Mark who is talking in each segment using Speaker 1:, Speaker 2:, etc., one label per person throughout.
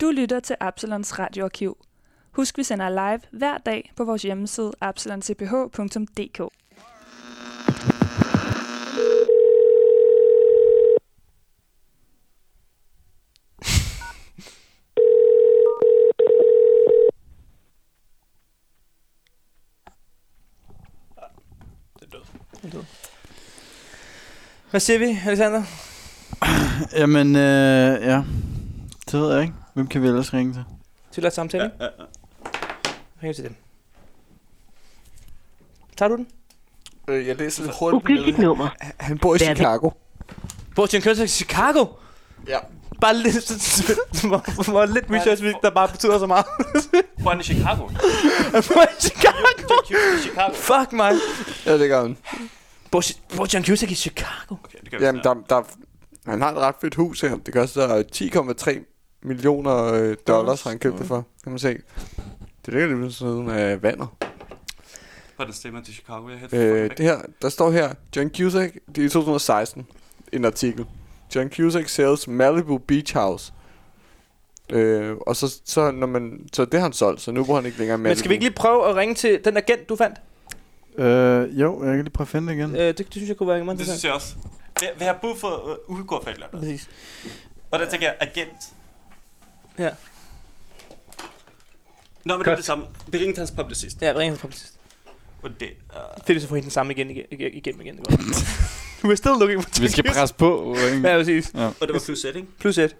Speaker 1: Du lytter til Absalons radioarkiv. Husk, vi sender live hver dag på vores hjemmeside absalontph.dk.
Speaker 2: Hvad siger vi, Alexander?
Speaker 3: Jamen, øh, ja. Det ved jeg ikke. Hvem kan vi ellers ringe til?
Speaker 2: Til at samtale? Ja, ja, ja. Ring til dem. Tager du den?
Speaker 4: Øh, jeg læser
Speaker 2: Altså,
Speaker 4: lidt hurtigt.
Speaker 5: Ugyldigt
Speaker 4: ned.
Speaker 5: nummer.
Speaker 4: Han- Han bor i
Speaker 5: Hvad er det?
Speaker 4: Chicago.
Speaker 2: Bor til en kørsel til Chicago?
Speaker 4: Ja.
Speaker 2: Bare lidt, hvor, hvor lidt research, vi- der bare betyder så meget.
Speaker 6: Hvor er den i Chicago?
Speaker 2: Han bor i Chicago!
Speaker 6: Cusack i Chicago.
Speaker 2: Fuck mig.
Speaker 4: Ja, det gør han.
Speaker 2: Bor, bor John Cusack i Chicago?
Speaker 6: Okay, det kan vi
Speaker 4: Jamen,
Speaker 6: snart.
Speaker 4: der, der, han har et ret fedt hus her. Det koster 10,3 millioner øh, dollars, har han købte det for. Kan man se. Det ligger lige ved siden af vandet.
Speaker 6: Hvordan stemmer til Chicago? Jeg hedder
Speaker 4: Øh, det her, der står her, John Cusack, det er i 2016, en artikel. John Cusack sells Malibu Beach House. Øh, og så, så, når man, så det har han solgt, så nu bor han ikke længere i Malibu.
Speaker 2: Men skal vi ikke lige prøve at ringe til den agent, du fandt?
Speaker 3: Øh, jo, jeg kan lige prøve at finde det igen.
Speaker 2: Øh, det, det synes jeg kunne være meget
Speaker 6: Det synes
Speaker 2: interessant.
Speaker 6: jeg også. Vi, vi har brug for uh, udgårdfælder.
Speaker 2: Præcis.
Speaker 6: Og der tænker jeg, agent.
Speaker 2: Ja.
Speaker 6: Nå, men det er det samme. Vi ringte hans publicist.
Speaker 2: Ja, ring til sidst.
Speaker 6: Og det, uh,
Speaker 2: Fedt, hvis jeg får hende den samme igen, igen, igen, igen, igen. det går. We're still looking for
Speaker 3: Vi skal
Speaker 2: John Cusack.
Speaker 3: presse på. Ikke?
Speaker 2: Ja, præcis.
Speaker 6: og det var plus setting.
Speaker 2: Plus 1.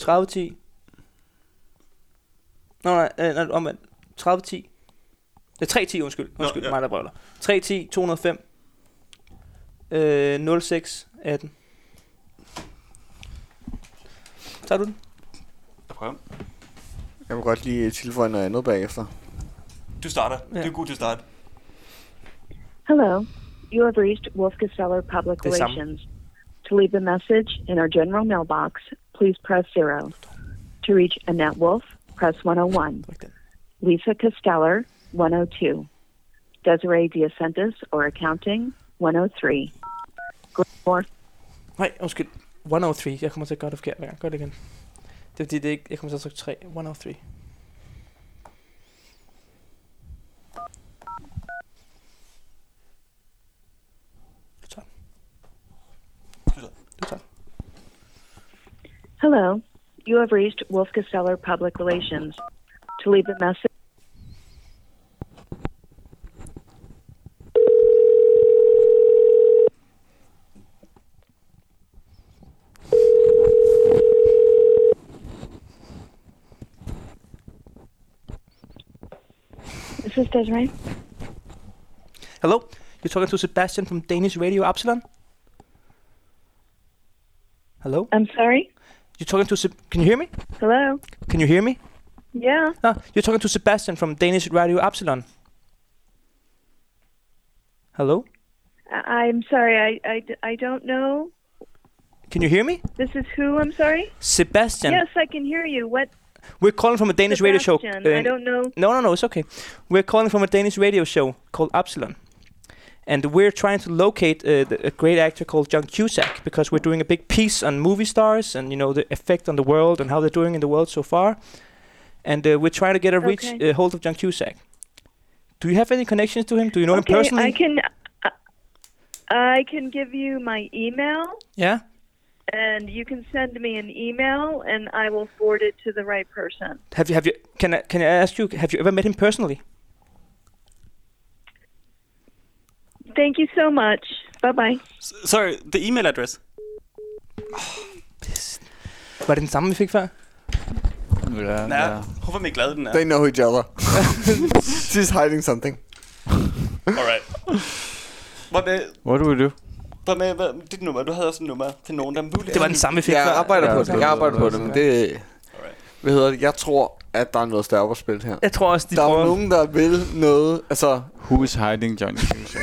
Speaker 2: 30, 10. Nå, nej, øh, nej, omvendt. 30, 10. Det er 3, 10, undskyld.
Speaker 6: Nå,
Speaker 2: Undskyld,
Speaker 6: ja.
Speaker 2: mig der brøvler. 3, 10, 205. Øh, 0, 6, 18. Tager du den?
Speaker 6: Jeg prøver.
Speaker 4: Jeg må godt lige tilføje noget andet bagefter.
Speaker 6: Du starter.
Speaker 2: Ja.
Speaker 6: Ja. Du er god til at starte.
Speaker 5: Hello. You have reached Wolf Geseller Public
Speaker 2: Hey, Sam.
Speaker 5: Relations. To leave a message in our general mailbox, please press zero. To reach Annette Wolf, press 101.
Speaker 2: Fuck den.
Speaker 5: Lisa Costeller, 102. Desiree DeSantis or Accounting, 103. Glenn Moore,
Speaker 2: Nej, undskyld. 103. Jeg kommer til at gøre det forkert hver gang. Gør det igen. Det er fordi, det er ikke... Jeg kommer til at trykke oh 3. 103. Du tager den. Du tager den.
Speaker 5: Hello. You have reached Wolf Geseller Public Relations. To leave a message, This is Desiree.
Speaker 2: Hello? You're talking to Sebastian from Danish Radio Absalon? Hello?
Speaker 5: I'm sorry.
Speaker 2: You're talking to Seb- Can you hear me?
Speaker 5: Hello.
Speaker 2: Can you hear me?
Speaker 5: Yeah.
Speaker 2: No, you're talking to Sebastian from Danish Radio Absalon. Hello?
Speaker 5: I- I'm sorry. I, I, I don't know.
Speaker 2: Can you hear me?
Speaker 5: This is who? I'm sorry.
Speaker 2: Sebastian.
Speaker 5: Yes, I can hear you. What?
Speaker 2: We're calling from a Danish radio
Speaker 5: Sebastian,
Speaker 2: show. Uh,
Speaker 5: I don't know.
Speaker 2: No, no, no, it's okay. We're calling from a Danish radio show called Absalon. And we're trying to locate uh, the, a great actor called John Cusack because we're doing a big piece on movie stars and you know the effect on the world and how they're doing in the world so far. And uh, we're trying to get a reach
Speaker 5: Okay.
Speaker 2: uh, hold of John Cusack. Do you have any connections to him? Do you know
Speaker 5: okay,
Speaker 2: him personally?
Speaker 5: I can. I- I can give you my email.
Speaker 2: yeah.
Speaker 5: and you can send me an email and I will forward it to the right person.
Speaker 2: Have you have you can I can I ask you have you ever met him personally?
Speaker 5: Thank you so much. Bye bye.
Speaker 6: S- Sorry, the email address.
Speaker 2: Var det den samme vi fik før?
Speaker 3: Ja,
Speaker 6: Ja.
Speaker 3: ja.
Speaker 6: Hvorfor er vi glade, den er?
Speaker 4: They know each other. She's hiding something.
Speaker 6: Alright. Hvad med,
Speaker 3: What do we do?
Speaker 6: hvad med hvad, dit nummer? Du havde også et nummer til nogen, der muligt.
Speaker 2: Det var den samme vi fik
Speaker 4: Jeg
Speaker 2: før.
Speaker 4: arbejder
Speaker 3: Ja,
Speaker 4: på
Speaker 3: okay.
Speaker 4: det. Jeg arbejder på det, men det...
Speaker 6: Alright.
Speaker 4: Hvad hedder det? Jeg tror, at der er noget større på spil her.
Speaker 2: Jeg tror også de
Speaker 4: Der er
Speaker 2: prøver.
Speaker 4: jo nogen, der vil noget. Altså,
Speaker 3: Who is hiding John Cusack?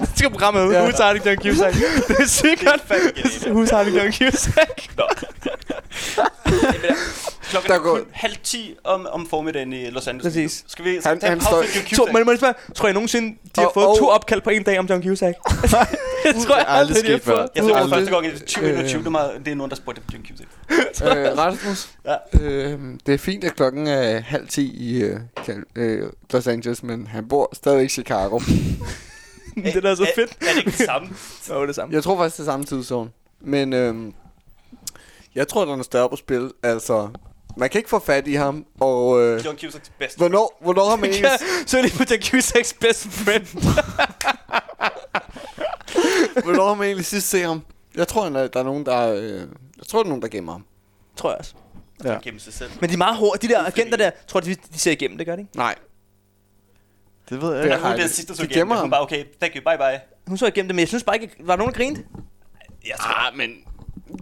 Speaker 2: det skal programmet ud.
Speaker 4: Ja.
Speaker 2: Who's hiding John Cusack? Det er sikkert.
Speaker 6: fandme genialt.
Speaker 2: Who's hiding John Cusack?
Speaker 6: Nå. Klokken
Speaker 4: Der
Speaker 6: er
Speaker 4: går-
Speaker 6: kun halv ti om, om formiddagen i Los Angeles.
Speaker 2: Præcis.
Speaker 6: Skal vi
Speaker 4: Han-
Speaker 6: han, tage
Speaker 4: han
Speaker 6: en pause
Speaker 4: står-
Speaker 6: for John
Speaker 2: To,
Speaker 6: Cusack?
Speaker 2: men må jeg spørge, tror jeg nogensinde, de har
Speaker 4: Og-
Speaker 2: fået
Speaker 4: og-
Speaker 2: to opkald på en dag om John Cusack? det tror jeg
Speaker 3: er aldrig
Speaker 2: aldrig, de har
Speaker 3: sket før.
Speaker 2: fået.
Speaker 6: Jeg tror, det
Speaker 4: Aldrig.
Speaker 6: var første gang i 2021,
Speaker 4: Øh.
Speaker 6: det var- det er nogen, der spurgte om John Cusack.
Speaker 4: øh, Rasmus,
Speaker 6: Ja.
Speaker 4: øh, det er fint, at klokken er halv ti i øh, Cal- øh, Los Angeles, men han bor stadig i Chicago.
Speaker 2: det er da så
Speaker 6: Er-
Speaker 2: fedt.
Speaker 6: Er, er det ikke det samme?
Speaker 2: Nå, det er det samme.
Speaker 4: Jeg tror faktisk, det er samme tidszone. Men øh, jeg tror, der er noget større på spil. Altså, man kan ikke få fat i ham, og... Øh,
Speaker 6: John Cusacks bedste.
Speaker 4: hvornår, hvornår har man egentlig...
Speaker 2: Ja, så er det lige på John Cusacks best friend.
Speaker 4: Hvornår har man egentlig sidst set ham? Jeg tror, han er- der er nogen, der... Øh, jeg tror, der er nogen, der gemmer ham.
Speaker 2: tror jeg også.
Speaker 6: Ja. Gennem sig selv.
Speaker 2: Men de er meget hårde. De der
Speaker 6: Ufrivillige.
Speaker 2: agenter der, tror de, de ser igennem det, gør de ikke?
Speaker 4: Nej.
Speaker 3: Det ved jeg
Speaker 4: Det
Speaker 3: ikke.
Speaker 4: er
Speaker 6: Men hun
Speaker 4: ret.
Speaker 6: er den sidste, der
Speaker 4: De
Speaker 6: tog igennem.
Speaker 4: gemmer
Speaker 6: Hun
Speaker 4: ham.
Speaker 6: bare, okay, thank you, bye bye.
Speaker 2: Hun så igennem det, men jeg synes bare ikke, var der nogen, der grinte?
Speaker 6: Jeg tror, ah, men...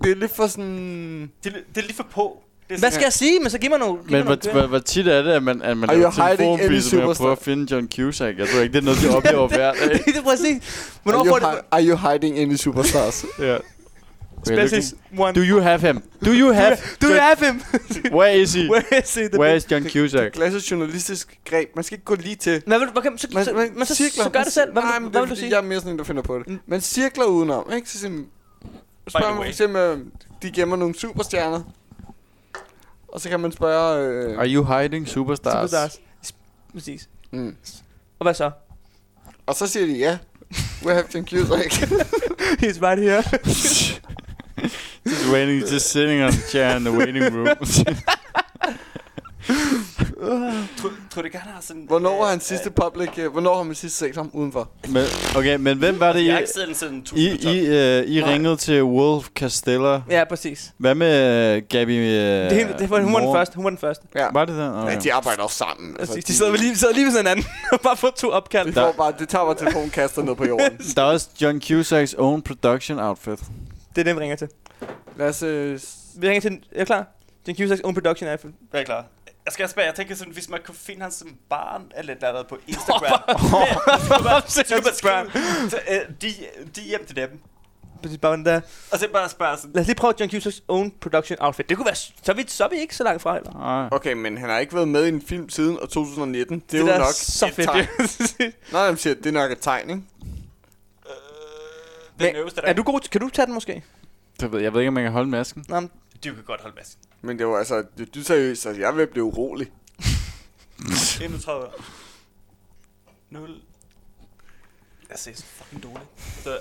Speaker 4: Det er lidt for sådan...
Speaker 6: Det, er li- det er lige for på. Det
Speaker 2: Hvad
Speaker 6: er sådan-
Speaker 2: skal jeg sige? Men så giv mig nogle... giv
Speaker 3: Men
Speaker 2: mig nogle
Speaker 3: hvor, hvor, hvor tit er det, at man, at man
Speaker 4: Are
Speaker 3: laver
Speaker 4: you hiding any
Speaker 3: telefonbisse med at
Speaker 4: superstar?
Speaker 3: prøve at finde John Cusack? Jeg tror ikke, det er noget, de oplever hver dag.
Speaker 2: det er præcis. Hvornår
Speaker 4: Are
Speaker 2: får
Speaker 4: you,
Speaker 2: det...
Speaker 4: hi- are you hiding any superstars?
Speaker 3: Ja.
Speaker 2: Specialist one.
Speaker 3: Do you have him? Do you have?
Speaker 2: Do you have him?
Speaker 3: Where is he?
Speaker 2: Where is he? The
Speaker 3: Where is John Cusack?
Speaker 4: Klassisk journalistisk greb. Man skal ikke gå lige til...
Speaker 2: Hvad vil du... Hvad kan, så,
Speaker 4: Man,
Speaker 2: så,
Speaker 4: man
Speaker 2: men så,
Speaker 4: cirkler.
Speaker 2: så gør
Speaker 4: Man
Speaker 2: det
Speaker 4: cir-
Speaker 2: selv. Hvad,
Speaker 4: Nej,
Speaker 2: Nej,
Speaker 4: men
Speaker 2: hvad
Speaker 4: det er
Speaker 2: vil du
Speaker 4: fordi,
Speaker 2: sige?
Speaker 4: Jeg er mere sådan en, der finder på det. Man cirkler udenom, ikke? Så sådan,
Speaker 6: the
Speaker 4: spørger man
Speaker 6: way.
Speaker 4: for eksempel, om de gemmer nogle superstjerner. Og så kan man spørge... Øh,
Speaker 3: Are you hiding superstars?
Speaker 2: Superstars. Sp- Præcis.
Speaker 4: mm.
Speaker 2: Og hvad så?
Speaker 4: Og så siger de ja. We have John Cusack.
Speaker 2: He's right here.
Speaker 3: Just waiting, just sitting on a chair in the waiting room.
Speaker 6: Tror- Tror du ikke, han har sådan...
Speaker 4: Hvornår har han
Speaker 6: øh,
Speaker 4: sidste
Speaker 6: øh,
Speaker 4: public... Øh, hvornår har man sidst set ham udenfor?
Speaker 3: men, okay, men hvem var det, I,
Speaker 6: Jeg har ikke set den siden
Speaker 3: I, I,
Speaker 6: 2012.
Speaker 3: øh, I
Speaker 4: Nej.
Speaker 3: ringede til Wolf Castella?
Speaker 2: ja, præcis.
Speaker 3: Hvad med øh, Gabby uh,
Speaker 2: Det, er hende- det var, hun var den
Speaker 3: Moore?
Speaker 2: første. Hun var den første.
Speaker 4: Ja.
Speaker 3: Var det den?
Speaker 4: Ja,
Speaker 3: Okay.
Speaker 4: de arbejder også sammen. Altså,
Speaker 2: Præcis. De sad ved lige, sad lige ved sådan en anden. Og bare fået to opkald.
Speaker 4: Vi
Speaker 3: Der-
Speaker 4: får bare, det tager vores telefon kaster ned på jorden.
Speaker 3: Der er også John Cusacks own production outfit.
Speaker 2: Det er den, vi ringer til.
Speaker 4: Lad os... Øh, s-
Speaker 2: Vi ringer til... den- Er du klar? Den Cusacks own production er
Speaker 6: Jeg er klar. Jeg skal også spørge, jeg tænker sådan, hvis man kunne finde hans som barn, eller der er på Instagram. Så kunne man- så kunne man skrive, så, øh, de- De er hjem til dem.
Speaker 2: Præcis bare den der.
Speaker 6: Og så bare spørge sådan,
Speaker 2: Lad os lige prøve John Cusacks own production outfit. Det kunne være... s- Så er vi, så er vi ikke så langt fra, heller.
Speaker 3: Nej.
Speaker 4: Okay, men han har ikke været med i en film siden år 2019. Det, er jo
Speaker 2: der
Speaker 4: nok
Speaker 2: er så
Speaker 4: et
Speaker 2: fedt.
Speaker 4: tegn.
Speaker 2: jo.
Speaker 4: Nej, men siger, det er nok et tegn, ikke?
Speaker 6: øh,
Speaker 2: Men
Speaker 6: den øverste
Speaker 2: Er
Speaker 6: der.
Speaker 2: du god til, Kan du tage den måske?
Speaker 3: Det ved, jeg ved ikke, om man kan holde masken.
Speaker 2: Nå, men
Speaker 6: Du kan godt holde masken.
Speaker 4: Men det var altså... Det, du er seriøst, altså, jeg vil blive urolig.
Speaker 6: 31. 0. Jeg ser så fucking dårligt. Så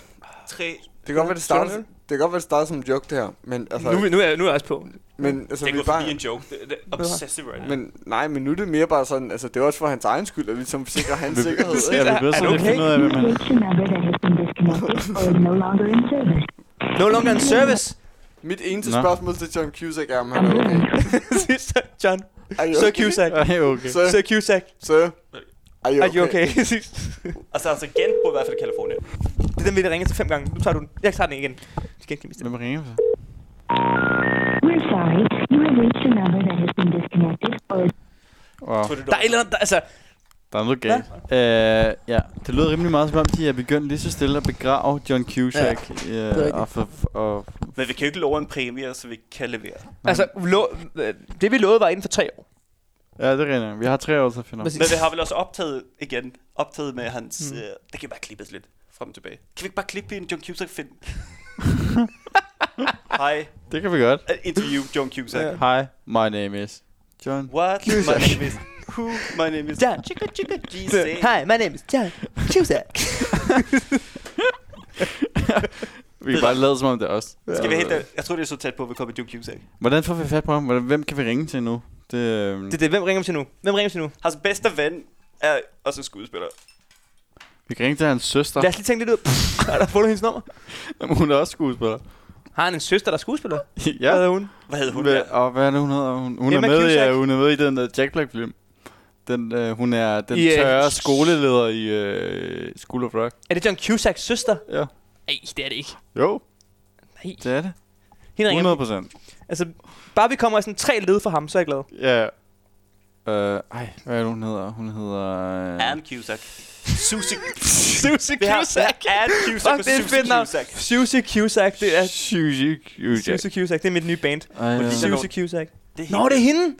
Speaker 6: 3.
Speaker 4: Det kan godt være, det starter, det kan godt være, det starter som en joke, det her. Men altså...
Speaker 2: nu, er vi- nu, er, nu er jeg også på.
Speaker 4: men, altså,
Speaker 6: Det
Speaker 4: vi
Speaker 6: går
Speaker 4: er
Speaker 6: forbi en
Speaker 4: bare,
Speaker 6: joke. Det, det er obsessive right now.
Speaker 4: men nej, men nu er det mere bare sådan, altså det er også for hans egen skyld, at ligesom sikre hans sikkerhed.
Speaker 3: Ja,
Speaker 4: ikke?
Speaker 3: vi bliver
Speaker 2: Er
Speaker 3: så
Speaker 2: du
Speaker 3: lidt
Speaker 2: okay?
Speaker 3: finde ud af, hvem han er.
Speaker 5: Connection number that has been disconnected or is no longer in service.
Speaker 2: No longer in service.
Speaker 4: Mit eneste
Speaker 3: Nå.
Speaker 4: spørgsmål til John Cusack er, om han er okay.
Speaker 2: Sir John.
Speaker 4: Are you
Speaker 2: Sir
Speaker 4: okay?
Speaker 2: Cusack.
Speaker 3: Ej, okay.
Speaker 4: Sir,
Speaker 2: Sir Cusack.
Speaker 4: sir, are you
Speaker 2: Er you
Speaker 4: okay?
Speaker 2: okay?
Speaker 6: Og så altså genbrug i hvert fald i Kalifornien.
Speaker 2: det er den, vi ringer til fem gange. Nu tager du den. Jeg tager den igen. Vi skal ikke miste den.
Speaker 3: Hvem ringer så?
Speaker 5: We're sorry. You have reached a number that has been disconnected or
Speaker 3: Wow,
Speaker 6: Tror du, du
Speaker 2: Der er et eller andet, der, altså...
Speaker 3: der er noget galt. Øh, ja, det lyder rimelig meget som om, de er begyndt lige så stille at begrave John Cusack. Ja,
Speaker 2: rigtigt.
Speaker 3: øh, og, for, og
Speaker 6: Men vi kan jo ikke love en præmie, så vi ikke kan levere.
Speaker 2: Altså, lo- øh, det vi lovede var inden for tre år.
Speaker 3: Ja, det regner jeg. Vi har tre år til at finde op.
Speaker 2: Præcis.
Speaker 6: Men vi har vel også optaget igen. Optaget med hans... Mm. Øh, det kan vi bare klippes lidt frem og tilbage. Kan vi ikke bare klippe i en John Cusack-film? Hej.
Speaker 3: Det kan vi godt.
Speaker 6: øh, Interview John Cusack.
Speaker 2: Ja.
Speaker 3: Hi, my name is John.
Speaker 6: What? My
Speaker 2: Cusack.
Speaker 6: name is... Who? My name is...
Speaker 2: John.
Speaker 6: Chica, chica, Jesus.
Speaker 2: Hi, my name is John Cusack.
Speaker 3: Vi kan bare lade som om det er os.
Speaker 6: Skal vi hente... Jeg tror, det er så tæt på, at vi kommer John Cusack.
Speaker 3: Hvordan får vi fat på ham? Hvordan- Hvem kan vi ringe til nu? Det, øhm,
Speaker 2: det er det. Hvem ringer vi til nu? Hvem ringer vi til nu?
Speaker 6: Hans bedste ven er også en skuespiller.
Speaker 3: vi kan ringe til hans søster.
Speaker 2: Lad os lige tænke lidt ud. Pff, Har der fundet hendes nummer?
Speaker 3: Jamen, Hun er også skuespiller.
Speaker 2: Har han en søster, der er skuespiller?
Speaker 3: ja.
Speaker 2: Hvad er hun?
Speaker 6: Hvad hed hun
Speaker 3: Hvad-
Speaker 6: der?
Speaker 3: Og hvad er det, hun hedder? Hun, hun, er,
Speaker 2: Emma
Speaker 3: med i,
Speaker 2: Cusack.
Speaker 3: øh, hun er med i den der Jack Black-film. Den, øh, hun er den
Speaker 2: I, øh,
Speaker 3: tørre skoleleder i øh, School of Rock.
Speaker 2: Er det John Cusacks søster?
Speaker 3: Ja.
Speaker 2: Nej, det er det ikke.
Speaker 3: Jo,
Speaker 2: Nej.
Speaker 3: det er det.
Speaker 2: Hende ringer.
Speaker 3: 100 procent.
Speaker 2: Altså, bare vi kommer i sådan tre led for ham, så er jeg glad.
Speaker 3: Ja. Øh, ej, hvad er det, hun hedder? Hun hedder... Øh,
Speaker 6: Anne Cusack. Susie
Speaker 2: Susie
Speaker 6: Vi har
Speaker 2: Cusack.
Speaker 6: vi har Anne Cusack
Speaker 2: Fuck,
Speaker 6: og
Speaker 2: det er et fedt
Speaker 6: Susie
Speaker 2: navn.
Speaker 6: Cusack.
Speaker 2: Susie Cusack, det er
Speaker 3: Susie Cusack.
Speaker 2: Susie Cusack, det er mit nye band.
Speaker 3: Ej,
Speaker 6: Hun
Speaker 3: øh,
Speaker 6: ligner
Speaker 2: Susie Cusack.
Speaker 6: Det er
Speaker 2: Nå, det er hende!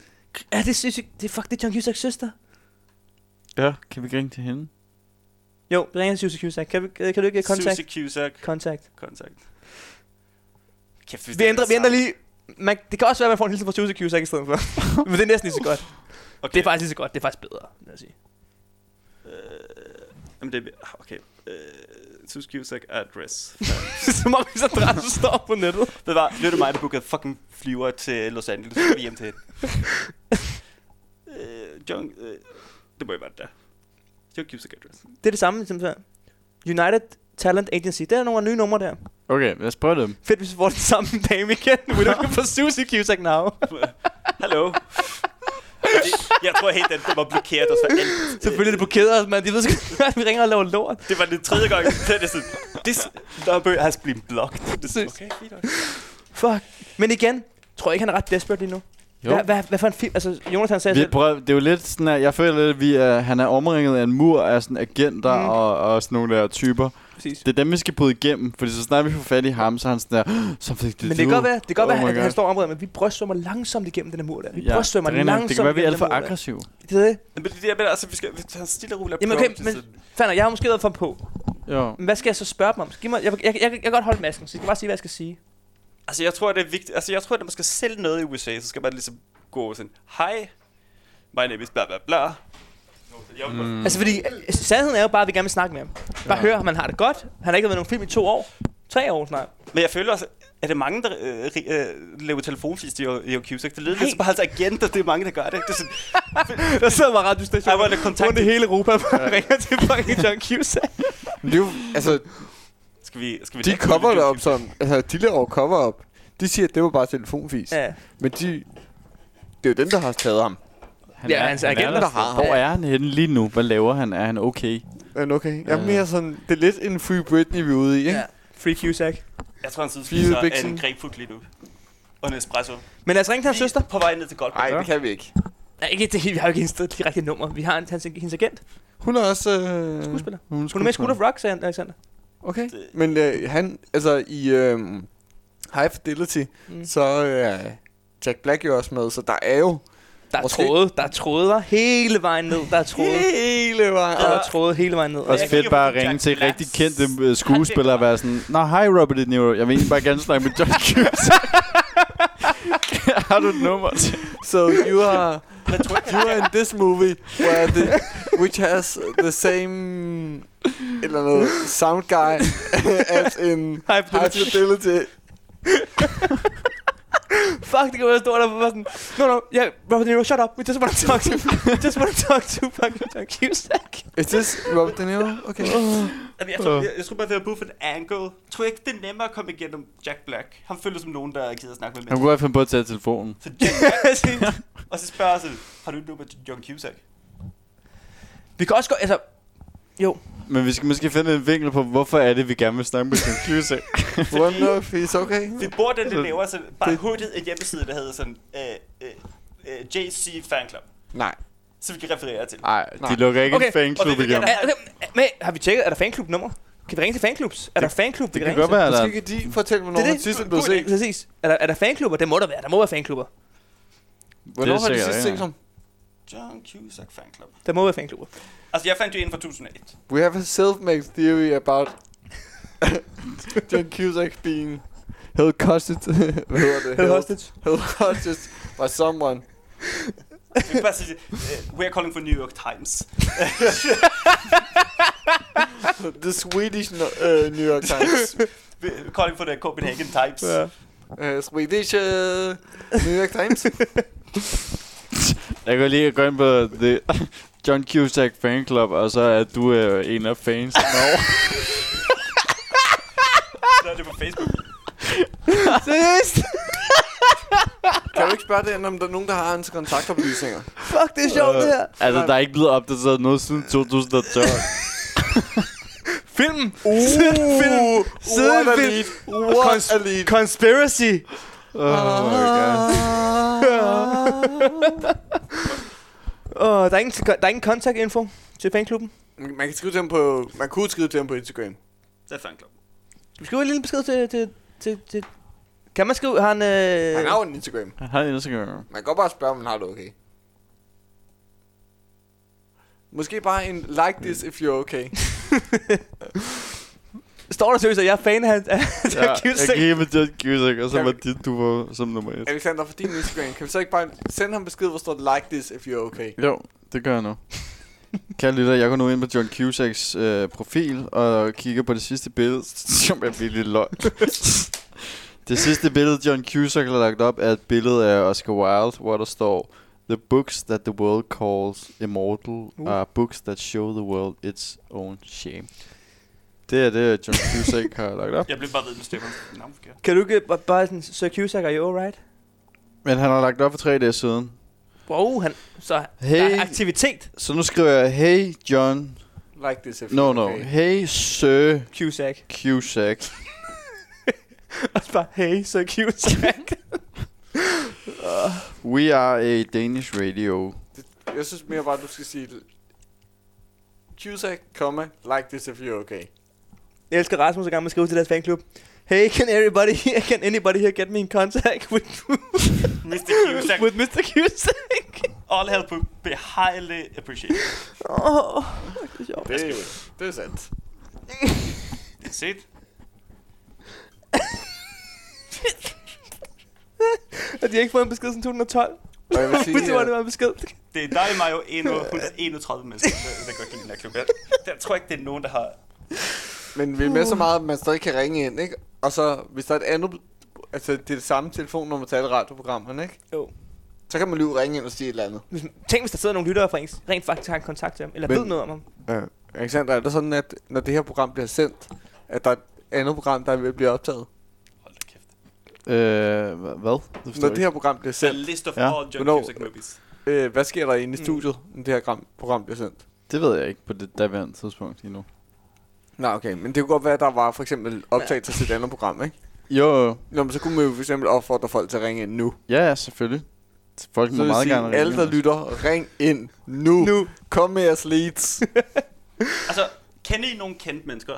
Speaker 2: Ja, det er sindssygt. Det er fuck, det er John Cusacks søster.
Speaker 3: Ja. Kan vi ringe til hende?
Speaker 2: Jo, vi ringer til Susie Cusack. Kan, vi, øh, kan du ikke kontakt?
Speaker 6: Susie Cusack.
Speaker 2: Kontakt.
Speaker 6: Kontakt. Kæft,
Speaker 2: Vi ændrer, vi ændrer lige... Man, det kan også være, at man får en hilsen fra Susie Cusack i stedet for. Men det er næsten lige så godt.
Speaker 6: Okay.
Speaker 2: Det er faktisk lige så godt. Det er faktisk bedre, lad os sige.
Speaker 6: Øh, jamen, det er... Okay. Øh, Susie Cusack address.
Speaker 2: Som om hvis adressen står på nettet.
Speaker 6: Det var, nu er det mig, der bookede fucking flyver til Los Angeles. Så skal vi hjem til hende. øh, John... Øh, det må jo være det der. John Cusack address.
Speaker 2: Det er det samme, som sådan. United Talent Agency. Der er nogle nye numre der.
Speaker 3: Okay, lad os prøve dem.
Speaker 2: Fedt, hvis vi får den samme dame igen. We're looking for Susie Cusack now.
Speaker 6: Hallo. Jeg tror helt, den, den var blokeret os for alt.
Speaker 2: Selvfølgelig er det blokeret os, mand. De ved sgu, at vi ringer og laver lort.
Speaker 6: Det var den tredje gang, så er det sådan, this number has been blocked. Det er sådan, Okay, fint nok.
Speaker 2: Fuck. Men igen, tror jeg ikke, han er ret desperat lige nu.
Speaker 3: Jo.
Speaker 2: Hvad, hvad, hvad for en film? Altså, Jonathan sagde
Speaker 3: Vi
Speaker 2: selv,
Speaker 3: prøver, det er jo lidt sådan, at jeg føler lidt, at vi er, han er omringet af en mur af sådan agenter
Speaker 2: Mm.
Speaker 3: mm. og, og sådan nogle der typer.
Speaker 2: præcis.
Speaker 3: Det er dem, vi skal bryde igennem, fordi så snart vi får fat i ham, så er han sådan der... Something to
Speaker 2: Men det kan
Speaker 3: do."
Speaker 2: godt være, det kan godt
Speaker 3: Oh
Speaker 2: være
Speaker 3: my
Speaker 2: at
Speaker 3: God.
Speaker 2: han står området, men vi brystsvømmer langsomt igennem den her mur der. Vi
Speaker 3: Ja,
Speaker 2: brystsvømmer
Speaker 3: det er rigtigt.
Speaker 2: langsomt
Speaker 3: Det kan være, vi er alt
Speaker 2: igennem
Speaker 3: for
Speaker 2: den mur der.
Speaker 3: aggressive.
Speaker 2: Det er det.
Speaker 6: Men det er det, altså, vi skal vi tager stille og roligt altså,
Speaker 2: Jamen okay,
Speaker 6: approach,
Speaker 2: men
Speaker 6: så-
Speaker 2: Fandt, jeg har måske været for på.
Speaker 3: Jo.
Speaker 2: Men hvad skal jeg så spørge dem om? Så Giv mig, jeg, jeg, jeg, jeg kan godt holde masken, så jeg kan bare sige, hvad jeg skal sige.
Speaker 6: Altså, jeg tror, det er vigtigt. Altså, jeg tror, at når man skal sælge noget i USA, så skal man ligesom gå sådan, hej, my name is bla bla bla. Mm.
Speaker 2: Mm. Altså fordi, øh, sandheden er jo bare, at vi gerne vil snakke med ham. Bare høre, om han har det godt. Han har ikke været i nogen film i to år. Tre år snart.
Speaker 6: Men jeg føler også, er det mange, der øh, ri- øh, laver telefonfist i O- i Cusack? Det lyder
Speaker 2: Nej.
Speaker 6: lidt som bare altså agenter, det er mange, der gør det. ikke? Det er sådan,
Speaker 2: Der sidder bare radiostationer
Speaker 6: Ej, hvor er det kontakt-
Speaker 2: rundt i hele Europa og ringer til fucking John Cusack.
Speaker 4: Men det er jo, altså,
Speaker 6: skal vi, skal vi
Speaker 4: de
Speaker 6: lave-
Speaker 4: cover det op som... Altså, de laver jo cover op. De siger, at det var bare telefonfis.
Speaker 2: Ja.
Speaker 4: Men de... Det er jo dem, der har taget ham.
Speaker 3: Han
Speaker 2: Ja, hans altså, agenter
Speaker 3: der
Speaker 4: har ham.
Speaker 3: Hvor er han henne lige nu? Hvad laver han? Er han okay?
Speaker 4: Men okay. Jeg er
Speaker 3: Ja.
Speaker 4: mere sådan... Det er lidt en Free Britney, vi er ude i, ikke?
Speaker 2: ja. Free Cusack.
Speaker 6: Jeg tror, han sidder og
Speaker 4: Fire
Speaker 6: spiser
Speaker 4: Bixen.
Speaker 6: en grapefruit lige nu. Og en espresso.
Speaker 2: Men lad os ringe til hans
Speaker 6: Lige
Speaker 2: søster.
Speaker 6: På vej ned til Gold.
Speaker 4: Nej, det kan vi ikke.
Speaker 2: Nej, ikke, det, vi har jo ikke hendes direkte nummer. Vi har en, hans, hendes agent.
Speaker 4: Hun er også... Øh,
Speaker 2: Skuespiller.
Speaker 3: Hun
Speaker 2: Hun er med i School of Rock, sagde Alexander.
Speaker 4: Okay.
Speaker 6: Det-
Speaker 4: Men øh, han... Altså, i øh, High Fidelity,
Speaker 2: Mm.
Speaker 4: mm. så er øh, Jack Black jo også med. Så der er jo
Speaker 2: Der er
Speaker 4: Måske.
Speaker 2: tråde. Der er tråder hele vejen ned. Der er tråde.
Speaker 4: hele vejen.
Speaker 2: Der er tråde hele vejen ned.
Speaker 3: Også
Speaker 6: Jeg kigger
Speaker 3: fedt bare at
Speaker 6: på Jack
Speaker 3: ringe til
Speaker 6: Black.
Speaker 3: rigtig kendte øh, skuespillere og være sådan, Nå, hej Robert De Niro, jeg vil egentlig bare gerne snakke med John Cusack. har du et nummer til?
Speaker 4: So you are you are in this movie where the, which has the same et eller noget sound guy as in
Speaker 2: High
Speaker 4: High
Speaker 2: Fidelity.
Speaker 4: Fidelity.
Speaker 2: Fuck, det kan være stort, og var sådan, no, no, yeah, Robert De Niro, shut up, we just want to talk to, just want to talk to fucking John Cusack.
Speaker 4: Is this Robert De Niro? Okay.
Speaker 6: Jamen, jeg,
Speaker 4: Øh.
Speaker 6: tror, jeg, jeg skulle bare være på for en angle. Tror jeg ikke, det er nemmere at komme igennem Jack Black? Han føler som nogen, der gider at snakke med
Speaker 3: Han
Speaker 6: mennesker.
Speaker 3: kunne godt finde på at tage telefonen.
Speaker 6: Så Jack Black, og så spørger jeg sådan, har du et nummer til John Cusack?
Speaker 2: Vi kan også gå, altså, jo,
Speaker 3: Men vi skal måske finde en vinkel på, hvorfor er det, vi gerne vil snakke med John Cusack.
Speaker 4: One love, he's okay.
Speaker 6: Vi bor den lidt lavere, så bare
Speaker 4: Altså, Det-
Speaker 6: hurtigt en hjemmeside, der hedder sådan, øh, øh, øh, JC Fanclub,
Speaker 4: Nej.
Speaker 6: så vi kan referere til.
Speaker 3: Nej, de lukker ikke okay.
Speaker 2: Okay,
Speaker 3: en fanklub
Speaker 6: og vi vil
Speaker 3: igennem.
Speaker 6: gerne
Speaker 2: er, er- men, har vi tjekket, er der fanklubnummer? Kan vi ringe til fanklubs? Er der fanklub, vi
Speaker 3: Det
Speaker 2: kan
Speaker 3: kan
Speaker 2: ringe
Speaker 3: godt
Speaker 2: til?
Speaker 3: være,
Speaker 4: Måske
Speaker 3: at
Speaker 4: kan de fortælle, hvornår
Speaker 2: Det er
Speaker 4: han
Speaker 2: det.
Speaker 4: sidst er
Speaker 2: God
Speaker 4: blevet set.
Speaker 2: idé. Præcis. Er der, er der fanklubber? Det må der være. Der må være fanklubber.
Speaker 4: Hvornår har de
Speaker 3: sikkert,
Speaker 4: sidst
Speaker 3: ja.
Speaker 4: set ham?
Speaker 6: John Cusack Fanclub.
Speaker 2: Der må være fanklubber.
Speaker 6: Altså, jeg fandt jo en fra 2001.
Speaker 4: We have a self-made theory about John Cusack being held hostage. Hvad hedder det?
Speaker 2: Held hostage.
Speaker 4: Held hostage by someone.
Speaker 6: Vi kan bare sige, øh, we're calling for New York Times.
Speaker 4: The Swedish no, uh, New York Times.
Speaker 6: We're calling for the Copenhagen Times.
Speaker 2: Ja.
Speaker 4: uh, Swedish uh, New York Times.
Speaker 3: jeg kan lige gå ind på the John Cusack Fan Club, og så er du øh, en af fans.
Speaker 6: Så er det på Facebook.
Speaker 2: Seriøst?
Speaker 4: kan du ikke spørge det, om der er nogen, der har hans kontaktoplysninger?
Speaker 2: Fuck, det er sjovt, det her.
Speaker 3: altså, der er ikke blevet opdateret noget siden 2012.
Speaker 2: Filmen. Uh, Film. Siden
Speaker 4: What a
Speaker 2: film.
Speaker 4: lead. What
Speaker 2: Kons-
Speaker 4: a lead.
Speaker 2: Conspiracy.
Speaker 3: oh my god.
Speaker 2: Åh, der er ingen, der er ingen kontaktinfo til fanklubben.
Speaker 4: Man kan skrive til ham på, man kunne skrive til ham på Instagram.
Speaker 6: Det er Fanclub.
Speaker 2: Du skriver en lille besked til, til, til, til Kan man skrive, han... Øh...
Speaker 4: Han har jo en Instagram.
Speaker 3: Han har en Instagram.
Speaker 4: Man kan godt bare spørge, om han har det okay. Måske bare en like this if you're okay.
Speaker 2: Står der seriøst, at jeg er fan af, af ja,
Speaker 3: Ja, jeg
Speaker 2: Cusack?
Speaker 3: gik med John Cusack, og så
Speaker 4: Kan
Speaker 3: var
Speaker 4: vi-
Speaker 3: dit du var som nummer et.
Speaker 4: Alexander, fra din Instagram, kan vi så ikke bare sende ham besked, hvor står like this if you're okay?
Speaker 3: Jo, det gør jeg nu. Kære lytter, jeg går nu ind på John Cusacks øh, profil og kigger på det sidste billede, som jeg bliver lidt løg. det sidste billede, John Cusack har lagt op, er et billede af Oscar Wilde, hvor der står, The books that the world calls immortal
Speaker 2: Uh.
Speaker 3: are books that show the world its own shame. Det er det, John Cusack har lagt op.
Speaker 6: Jeg blev bare ved med stemmen. Navn forkert.
Speaker 2: Kan du ikke bare, bare sådan, Sir Cusack, are you alright?
Speaker 3: Men han har lagt op for tre dage siden.
Speaker 2: Wow, han, så der
Speaker 3: Hey,
Speaker 2: er aktivitet,
Speaker 3: så nu skriver jeg, hey John,
Speaker 4: Like this if
Speaker 3: no
Speaker 4: you're
Speaker 3: no,
Speaker 4: okay.
Speaker 3: hey Sir
Speaker 2: Cusack.
Speaker 3: Cusack.
Speaker 2: Og så bare, hey, Sir Cusack.
Speaker 3: We are a Danish radio.
Speaker 4: Jeg synes mere bare, du skal sige... Cusack, comma, like this if you're okay.
Speaker 2: jeg elsker Rasmus, og gang med at skrive til deres fanklub. Hey, can everybody here, can anybody here get me in contact with,
Speaker 6: Mr. Cusack.
Speaker 2: with Mr. Cusack?
Speaker 6: All help would be highly appreciated.
Speaker 2: Åh, det er sjovt.
Speaker 4: Det er, det er sandt.
Speaker 6: That's it.
Speaker 2: Og de har ikke fået en besked siden 2012.
Speaker 4: Og jeg vil sige, øh,
Speaker 2: Hvis det var,
Speaker 4: at-
Speaker 2: det var en besked.
Speaker 6: Det er dig, mig og 131 mennesker, der, der godt lide den her klub. Jeg, jeg tror ikke, det er nogen, der har...
Speaker 4: Men vi er med så meget, at man Uh. stadig kan ringe ind, ikke? Og så, hvis der er et andet... Altså, det er det samme telefonnummer til alle radioprogrammerne, ikke?
Speaker 2: Jo.
Speaker 4: Så kan man lige ringe ind og sige et eller andet.
Speaker 2: Hvis, tænk, hvis der sidder nogle lyttere fra ens, rent faktisk har en kontakt til ham, eller
Speaker 4: Men-
Speaker 2: ved noget om ham.
Speaker 4: Ja. Alexander, er det sådan, at når det her program bliver sendt, at der er et andet program, der er ved at blive optaget?
Speaker 6: Hold da kæft.
Speaker 3: Øh, hva- hvad? Det forstår
Speaker 4: Når
Speaker 3: jeg
Speaker 4: det her program bliver
Speaker 6: The
Speaker 4: sendt,
Speaker 6: list of
Speaker 3: Ja.
Speaker 6: all John
Speaker 4: Hvornår-
Speaker 6: Cusack movies.
Speaker 4: øh, hvad sker der inde i
Speaker 2: Mm.
Speaker 4: studiet, når det her gram- program bliver sendt?
Speaker 3: ikke. det ved jeg ikke på det daværende tidspunkt endnu.
Speaker 4: Nå, okay, men det kunne godt være, at der var for eksempel optagelser til et andet program, ikke?
Speaker 3: Jo, jo.
Speaker 4: Nå, men så kunne man jo for eksempel opfordre folk til at ringe ind nu.
Speaker 3: ja, ja, selvfølgelig. Folk
Speaker 4: Så
Speaker 3: må
Speaker 4: vil jeg
Speaker 3: meget
Speaker 4: sige,
Speaker 3: gerne
Speaker 4: alle der
Speaker 3: ringe.
Speaker 4: lytter, ring ind nu.
Speaker 2: Nu.
Speaker 4: Kom med jeres leads.
Speaker 6: Altså, kender I nogle kendte mennesker?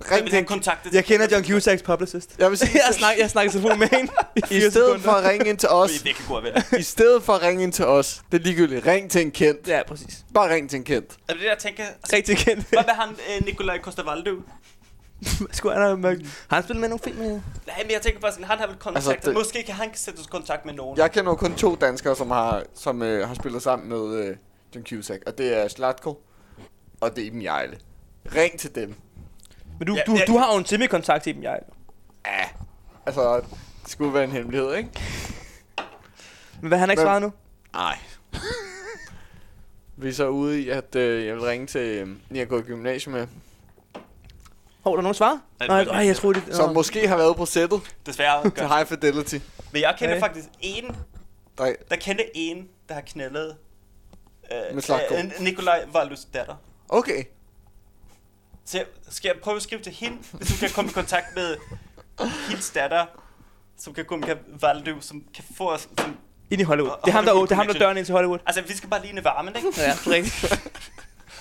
Speaker 6: Hvem
Speaker 4: Ring
Speaker 6: vil have
Speaker 4: til
Speaker 6: kontaktet?
Speaker 2: Jeg kender John Cusacks publicist.
Speaker 4: Jeg vil sige,
Speaker 2: Jeg har snakket, jeg har snakket i telefon med hende i
Speaker 4: i
Speaker 2: fire
Speaker 4: stedet for
Speaker 2: sekunder.
Speaker 4: at ringe ind til os,
Speaker 6: Vi er virkelig gode venner.
Speaker 4: i stedet for at ringe ind til os, det er ligegyldigt. Ring til en kendt.
Speaker 2: Ja, præcis.
Speaker 4: Bare ring til en kendt.
Speaker 6: Er det det, jeg tænker? Altså,
Speaker 2: Rigtig kendt.
Speaker 6: hvad med han, øh, Nikolaj Kostavaldo?
Speaker 2: Skulle han have mørkt. Har han spillet med nogle film? eller?
Speaker 6: Nej, men jeg tænker bare sådan, han har vel kontakt.
Speaker 4: Altså, det-
Speaker 6: Måske kan han sætte os i kontakt med nogen.
Speaker 4: Jeg kender jo kun to danskere, som har, som, øh, har spillet sammen med øh, John Cusack, og det er Slatko, og det er Iben Jejle. Ring til dem.
Speaker 2: Men du,
Speaker 6: Ja,
Speaker 2: du,
Speaker 6: ja.
Speaker 2: du har jo en semi-kontakt til dem, jeg.
Speaker 4: Ja, altså, det skulle være en hemmelighed, ikke?
Speaker 2: Men hvad, han har ikke
Speaker 4: Men-
Speaker 2: svaret nu?
Speaker 4: Nej. Vi er så ude i, at øh, jeg vil ringe til øh, en, jeg går i gymnasiet med,
Speaker 2: Hov, der er nogen svar?
Speaker 6: det
Speaker 2: Nej,
Speaker 6: var
Speaker 2: jeg,
Speaker 6: ikke
Speaker 2: ej, jeg
Speaker 6: det.
Speaker 2: troede det.
Speaker 4: som
Speaker 2: Nå.
Speaker 4: måske har været på sættet
Speaker 6: Desværre.
Speaker 4: til
Speaker 6: Godt.
Speaker 4: High Fidelity.
Speaker 6: Men jeg kender
Speaker 2: Nej.
Speaker 6: faktisk en,
Speaker 4: Der, er-
Speaker 6: der kender en, der har knaldet øh,
Speaker 4: Med Slatko.
Speaker 6: øh, Nikolaj Valdus datter.
Speaker 4: okay,
Speaker 6: Så jeg, skal jeg prøve at skrive til hende, hvis hun kan komme i kontakt med hendes datter, som kan komme med Valdu, som kan få os... Som,
Speaker 2: Ind i Hollywood.
Speaker 6: Og-
Speaker 2: Det er ham, der,
Speaker 6: Hollywood
Speaker 2: det er ham, der
Speaker 6: Connection.
Speaker 2: døren ind til Hollywood.
Speaker 6: altså, vi skal bare lige ind i varmen, ikke?
Speaker 2: Ja, det er rigtigt.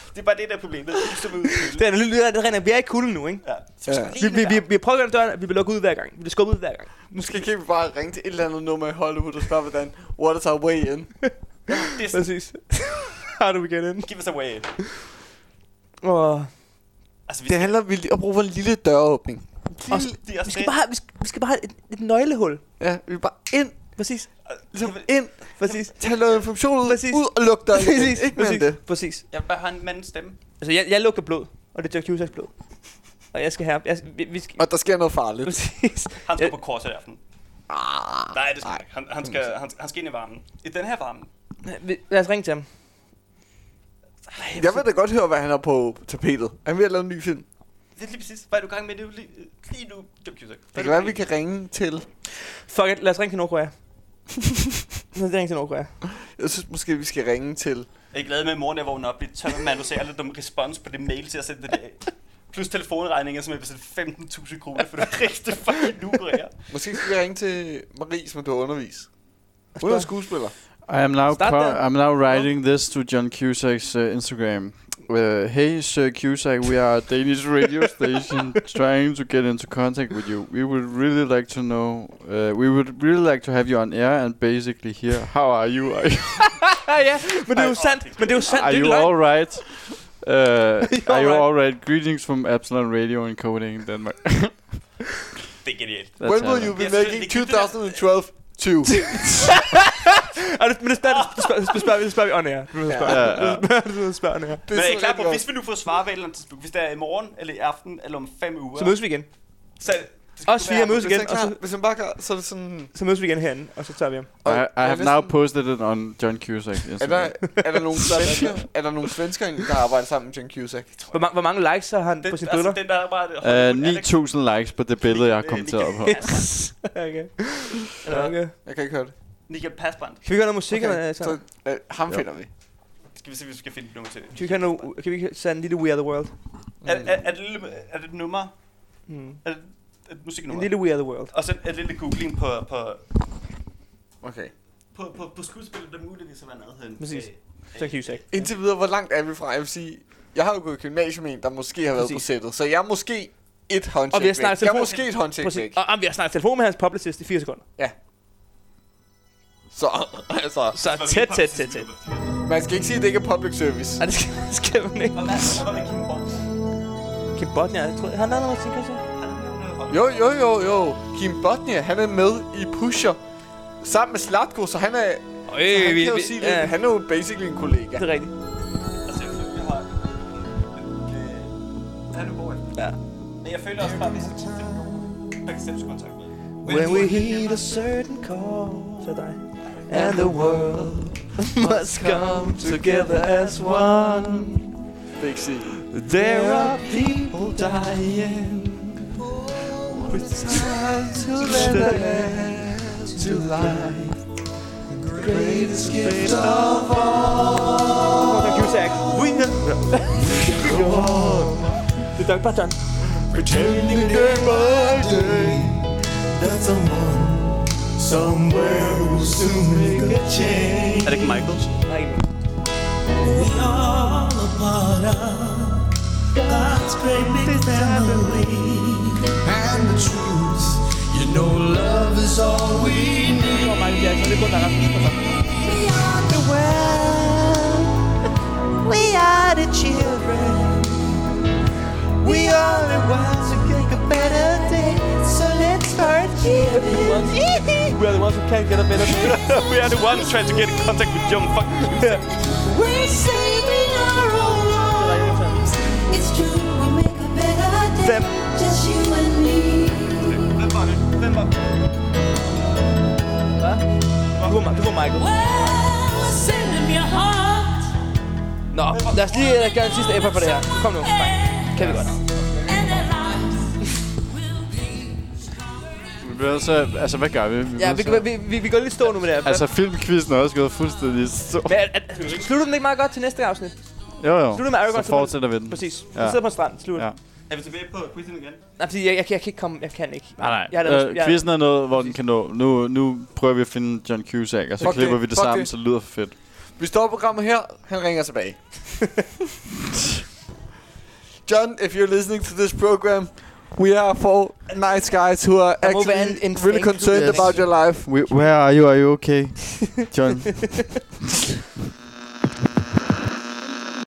Speaker 6: Det er bare det, der er problemet. Ikke som ud i
Speaker 2: Det
Speaker 6: kulden.
Speaker 2: er lidt det regner. Vi er i kulden nu, ikke?
Speaker 6: Ja, så vi skal
Speaker 4: Ja.
Speaker 6: lige
Speaker 2: Vi,
Speaker 6: ind i
Speaker 2: vi, vi,
Speaker 6: varmen.
Speaker 2: vi prøver at gøre døren, og vi bliver lukket ud hver gang. Vi bliver skubbet ud hver gang.
Speaker 4: Måske kan vi bare ringe til et eller andet nummer i Hollywood og spørge, hvordan What is our way in?
Speaker 6: Det er sådan,
Speaker 2: Præcis. Har du igen ind.
Speaker 6: give us away.
Speaker 2: Og
Speaker 6: Altså, vi
Speaker 4: Det
Speaker 6: skal,
Speaker 4: handler om at bruge en lille døråbning.
Speaker 2: også,
Speaker 6: det er
Speaker 2: vi
Speaker 6: også
Speaker 2: skal
Speaker 6: det.
Speaker 2: bare have, vi skal, vi skal bare have et, et nøglehul.
Speaker 4: Ja, vi er bare ind,
Speaker 2: Præcis.
Speaker 4: ligesom
Speaker 6: Jeg altså, vil-
Speaker 4: ind,
Speaker 2: Præcis.
Speaker 4: tage noget information ud,
Speaker 2: Præcis.
Speaker 4: ud og lukke døren. igen.
Speaker 2: Præcis.
Speaker 4: Ikke mere
Speaker 2: Præcis.
Speaker 4: end det.
Speaker 2: Præcis.
Speaker 6: Jeg vil bare have en mands stemme.
Speaker 2: Altså, jeg, jeg lugter blod, og det er Jack Cusacks blod. Og jeg skal have... Jeg, vi, vi skal,
Speaker 4: Og der sker noget farligt.
Speaker 2: præcis.
Speaker 6: Han skal
Speaker 2: Ja.
Speaker 6: på korset i aften. Nej, det skal han ikke. Han, han, skal, han, han skal ind i varmen. I den her varme.
Speaker 2: Vi- Lad os ringe til ham.
Speaker 4: Jeg vil da godt høre, hvad han har på tapetet. Han vil lave en ny film.
Speaker 6: Det er lige præcis. Hvad er du i gang med nu? Lige, lige nu, John Cusack.
Speaker 4: Det kan være, vi kan ringe til...
Speaker 2: Fuck it, lad os ringe til Nordkorea. lad os ringe til Nordkorea.
Speaker 4: Jeg synes måske, vi skal ringe til...
Speaker 6: Jeg er glad med, at moren er vågnet op lidt tør, man ser lidt om respons på det mail til at sende det der. Plus telefonregninger, som er bestilt 15.000 kroner for det rigtige fucking Nordkorea.
Speaker 4: Måske skal vi ringe til Marie, som du har undervist. Hun er skuespiller.
Speaker 3: I am now,
Speaker 2: Start
Speaker 3: co-
Speaker 2: der.
Speaker 3: I'm now writing this to John Cusack's uh, Instagram. Uh, hey, Sir Cusack, we are a Danish radio station trying to get into contact with you. We would really like to know. Uh, we would really like to have you on air and basically hear how are you? Are you,
Speaker 2: Ah, ja, men det er jo sandt. Men det er jo sandt.
Speaker 3: are
Speaker 2: det er
Speaker 3: you
Speaker 2: ikke løgn.
Speaker 3: all right? Uh, are you
Speaker 2: alright?
Speaker 3: all right? Greetings from Absalon Radio in Copenhagen, Denmark.
Speaker 6: Det er genialt.
Speaker 3: That's
Speaker 4: When will
Speaker 3: Allan.
Speaker 4: you be
Speaker 6: Jeg synes,
Speaker 4: making
Speaker 6: det er-
Speaker 4: 2012 2?
Speaker 2: Ah, det- Men det spørger, det spørger, det spørger, vi- det spørger vi on air. Det spørger,
Speaker 3: Ja,
Speaker 2: ja,
Speaker 3: ja.
Speaker 2: ja. Det spørger, det spørger on air.
Speaker 4: Det
Speaker 6: Men er I
Speaker 4: så
Speaker 6: klar på,
Speaker 4: godt.
Speaker 6: hvis vi nu får svar ved et eller andet tidspunkt, hvis det er i morgen, eller i aften, eller om fem uger.
Speaker 2: Så mødes vi igen.
Speaker 6: Så, det skal
Speaker 2: Også
Speaker 6: være-
Speaker 2: via mødes
Speaker 4: Hvis
Speaker 2: igen,
Speaker 4: han
Speaker 2: og
Speaker 4: klar,
Speaker 2: så,
Speaker 4: hvis han bare gør, så er det sådan...
Speaker 2: så mødes vi igen herinde, og så tager vi ham.
Speaker 3: I, I
Speaker 4: Ja,
Speaker 3: have
Speaker 4: hvis
Speaker 3: now
Speaker 4: den-
Speaker 3: posted it on John Cusack. Øh,
Speaker 4: Er
Speaker 3: Instagram.
Speaker 4: der, er der nogle svensker, er der nogle svensker, egentlig, der arbejder sammen med John Cusack?
Speaker 2: Hvor, mange, hvor mange likes har han
Speaker 6: Den,
Speaker 2: på sine
Speaker 6: altså,
Speaker 2: billeder?
Speaker 6: den der er bare...
Speaker 3: Øh,
Speaker 6: Alex-
Speaker 3: 9.000 likes på det billede, jeg har
Speaker 6: Øh,
Speaker 3: kommenteret på.
Speaker 2: okay. okay.
Speaker 4: Jeg kan ikke høre det.
Speaker 6: Michael Pasbrand.
Speaker 2: Kan vi gøre noget musik? altså? Okay.
Speaker 4: så øh, ham
Speaker 3: Jo.
Speaker 4: finder vi.
Speaker 6: Skal vi se, hvis vi skal finde et nummer til det.
Speaker 2: Kan vi, have noget, kan vi sende en lille We Are The World?
Speaker 6: Er, er, er, det, lille, er det et nummer?
Speaker 2: Mm.
Speaker 6: Er det et
Speaker 2: En
Speaker 6: musiknummer?
Speaker 2: lille We Are The World.
Speaker 6: Og så er det lille googling på, på,
Speaker 4: Okay.
Speaker 6: på, på, på skuespillet, der muligvis har været noget hen.
Speaker 2: Præcis.
Speaker 6: Øh,
Speaker 2: Så kan Cusack.
Speaker 4: Indtil videre, hvor langt er vi fra? Jeg vil sige, jeg har jo gået i gymnasium med en, der måske har været
Speaker 2: Præcis.
Speaker 4: på sættet. Så jeg er måske et
Speaker 2: Og
Speaker 4: håndtjek
Speaker 2: vi har
Speaker 4: væk.
Speaker 2: snakket
Speaker 4: Jeg er
Speaker 2: telefon-
Speaker 4: måske et håndtjek væk.
Speaker 2: Præcis. Og, og vi har snakket telefon med hans publicist i 4 sekunder.
Speaker 4: Så altså,
Speaker 2: Så tæt, tæt, tæt, tæt.
Speaker 4: man skal ikke sige, at det ikke er public service.
Speaker 2: Ej, det skal, det skal man ikke.
Speaker 6: Og hvad hvad var det, Kim Bonds?
Speaker 2: Kim Bodnia, jeg tror, han lavede noget musik også.
Speaker 6: Har han lavet noget hold?
Speaker 4: Jo, jo, jo, jo. Kim Bodnia, han er med i Pusher. Sammen med Slatko, så han er...
Speaker 2: Øj,
Speaker 4: så han
Speaker 2: Øh, vi,
Speaker 4: kan jo
Speaker 2: vi,
Speaker 4: sige
Speaker 2: ja,
Speaker 4: lidt. Han er jo basically en kollega.
Speaker 2: det er rigtigt.
Speaker 6: Altså, jeg føler, jeg har... Øh, Tag nu går efter.
Speaker 2: Ja.
Speaker 6: Men jeg føler også bare, at vi skal finde nogen, der kan sætte os i kontakt med.
Speaker 2: When we heed a certain call, så er det dig. And the world must come together as one.
Speaker 4: Det er ikke sige.
Speaker 2: There are people dying with time to let end to life. The greatest gift of all. Thank you, Zach. We Det er Doug Barton.
Speaker 7: Pretending day by day that someone somewhere will soon make a change.
Speaker 6: Er det ikke Michaels?
Speaker 2: Nej,
Speaker 7: We all a part of God's great big family. And the truth, you know, love is all we need.
Speaker 2: det var Michael Jackson. Det er kun der er
Speaker 7: We are the world. We are the children. We are the ones who make a better day. So let's start giving.
Speaker 2: We are the ones who can't get a better
Speaker 6: We are the ones trying to get in contact with young fuck.
Speaker 7: We're saving our own lives. It's true, we make a better day.
Speaker 2: Them.
Speaker 7: Just you and me.
Speaker 6: Hvem var det? Hvem var det?
Speaker 2: Hvad? Du var, du var Michael.
Speaker 7: Well, send them your heart.
Speaker 2: Nå, lad os lige øh, gøre en sidste effort på det her. Kom nu. Nej, kan vi godt.
Speaker 7: And their lives will be.
Speaker 3: Vi vil altså, altså, hvad gør vi? vi
Speaker 2: Ja,
Speaker 3: vil
Speaker 2: vi,
Speaker 3: så-
Speaker 2: vi, vi, vi går lige stå nu med det her.
Speaker 3: Altså, filmquizzen er også gået fuldstændig så...
Speaker 2: Men er- er- slutter den ikke meget godt til næste afsnit?
Speaker 3: Jo, jo.
Speaker 2: Slutter med Aragorn,
Speaker 3: så fortsætter vi den.
Speaker 2: Præcis. Ja.
Speaker 3: Ja.
Speaker 2: Vi sidder på en strand, slutter. Ja.
Speaker 3: Ja.
Speaker 6: Er vi tilbage på quizzen igen?
Speaker 2: Nej, fordi jeg, jeg, kan- jeg, kan ikke komme, jeg kan ikke.
Speaker 3: Nej, nej.
Speaker 2: Jeg, har lavet-
Speaker 3: øh, quizzen er noget, hvor den kan nå. Nu, nu prøver vi at finde John Cusack, og så
Speaker 4: Fuck
Speaker 3: klipper
Speaker 4: det,
Speaker 3: vi det
Speaker 4: fuck
Speaker 3: sammen,
Speaker 4: det.
Speaker 3: så det lyder for fedt.
Speaker 4: Vi stopper programmet her. Han ringer tilbage. John, if you're listening to this program, we are four nice guys who are
Speaker 2: Der må være
Speaker 4: actually
Speaker 2: en- en
Speaker 4: really
Speaker 2: fake
Speaker 4: concerned
Speaker 3: Yes.
Speaker 4: about your life.
Speaker 3: We, where are you? Are you okay, John?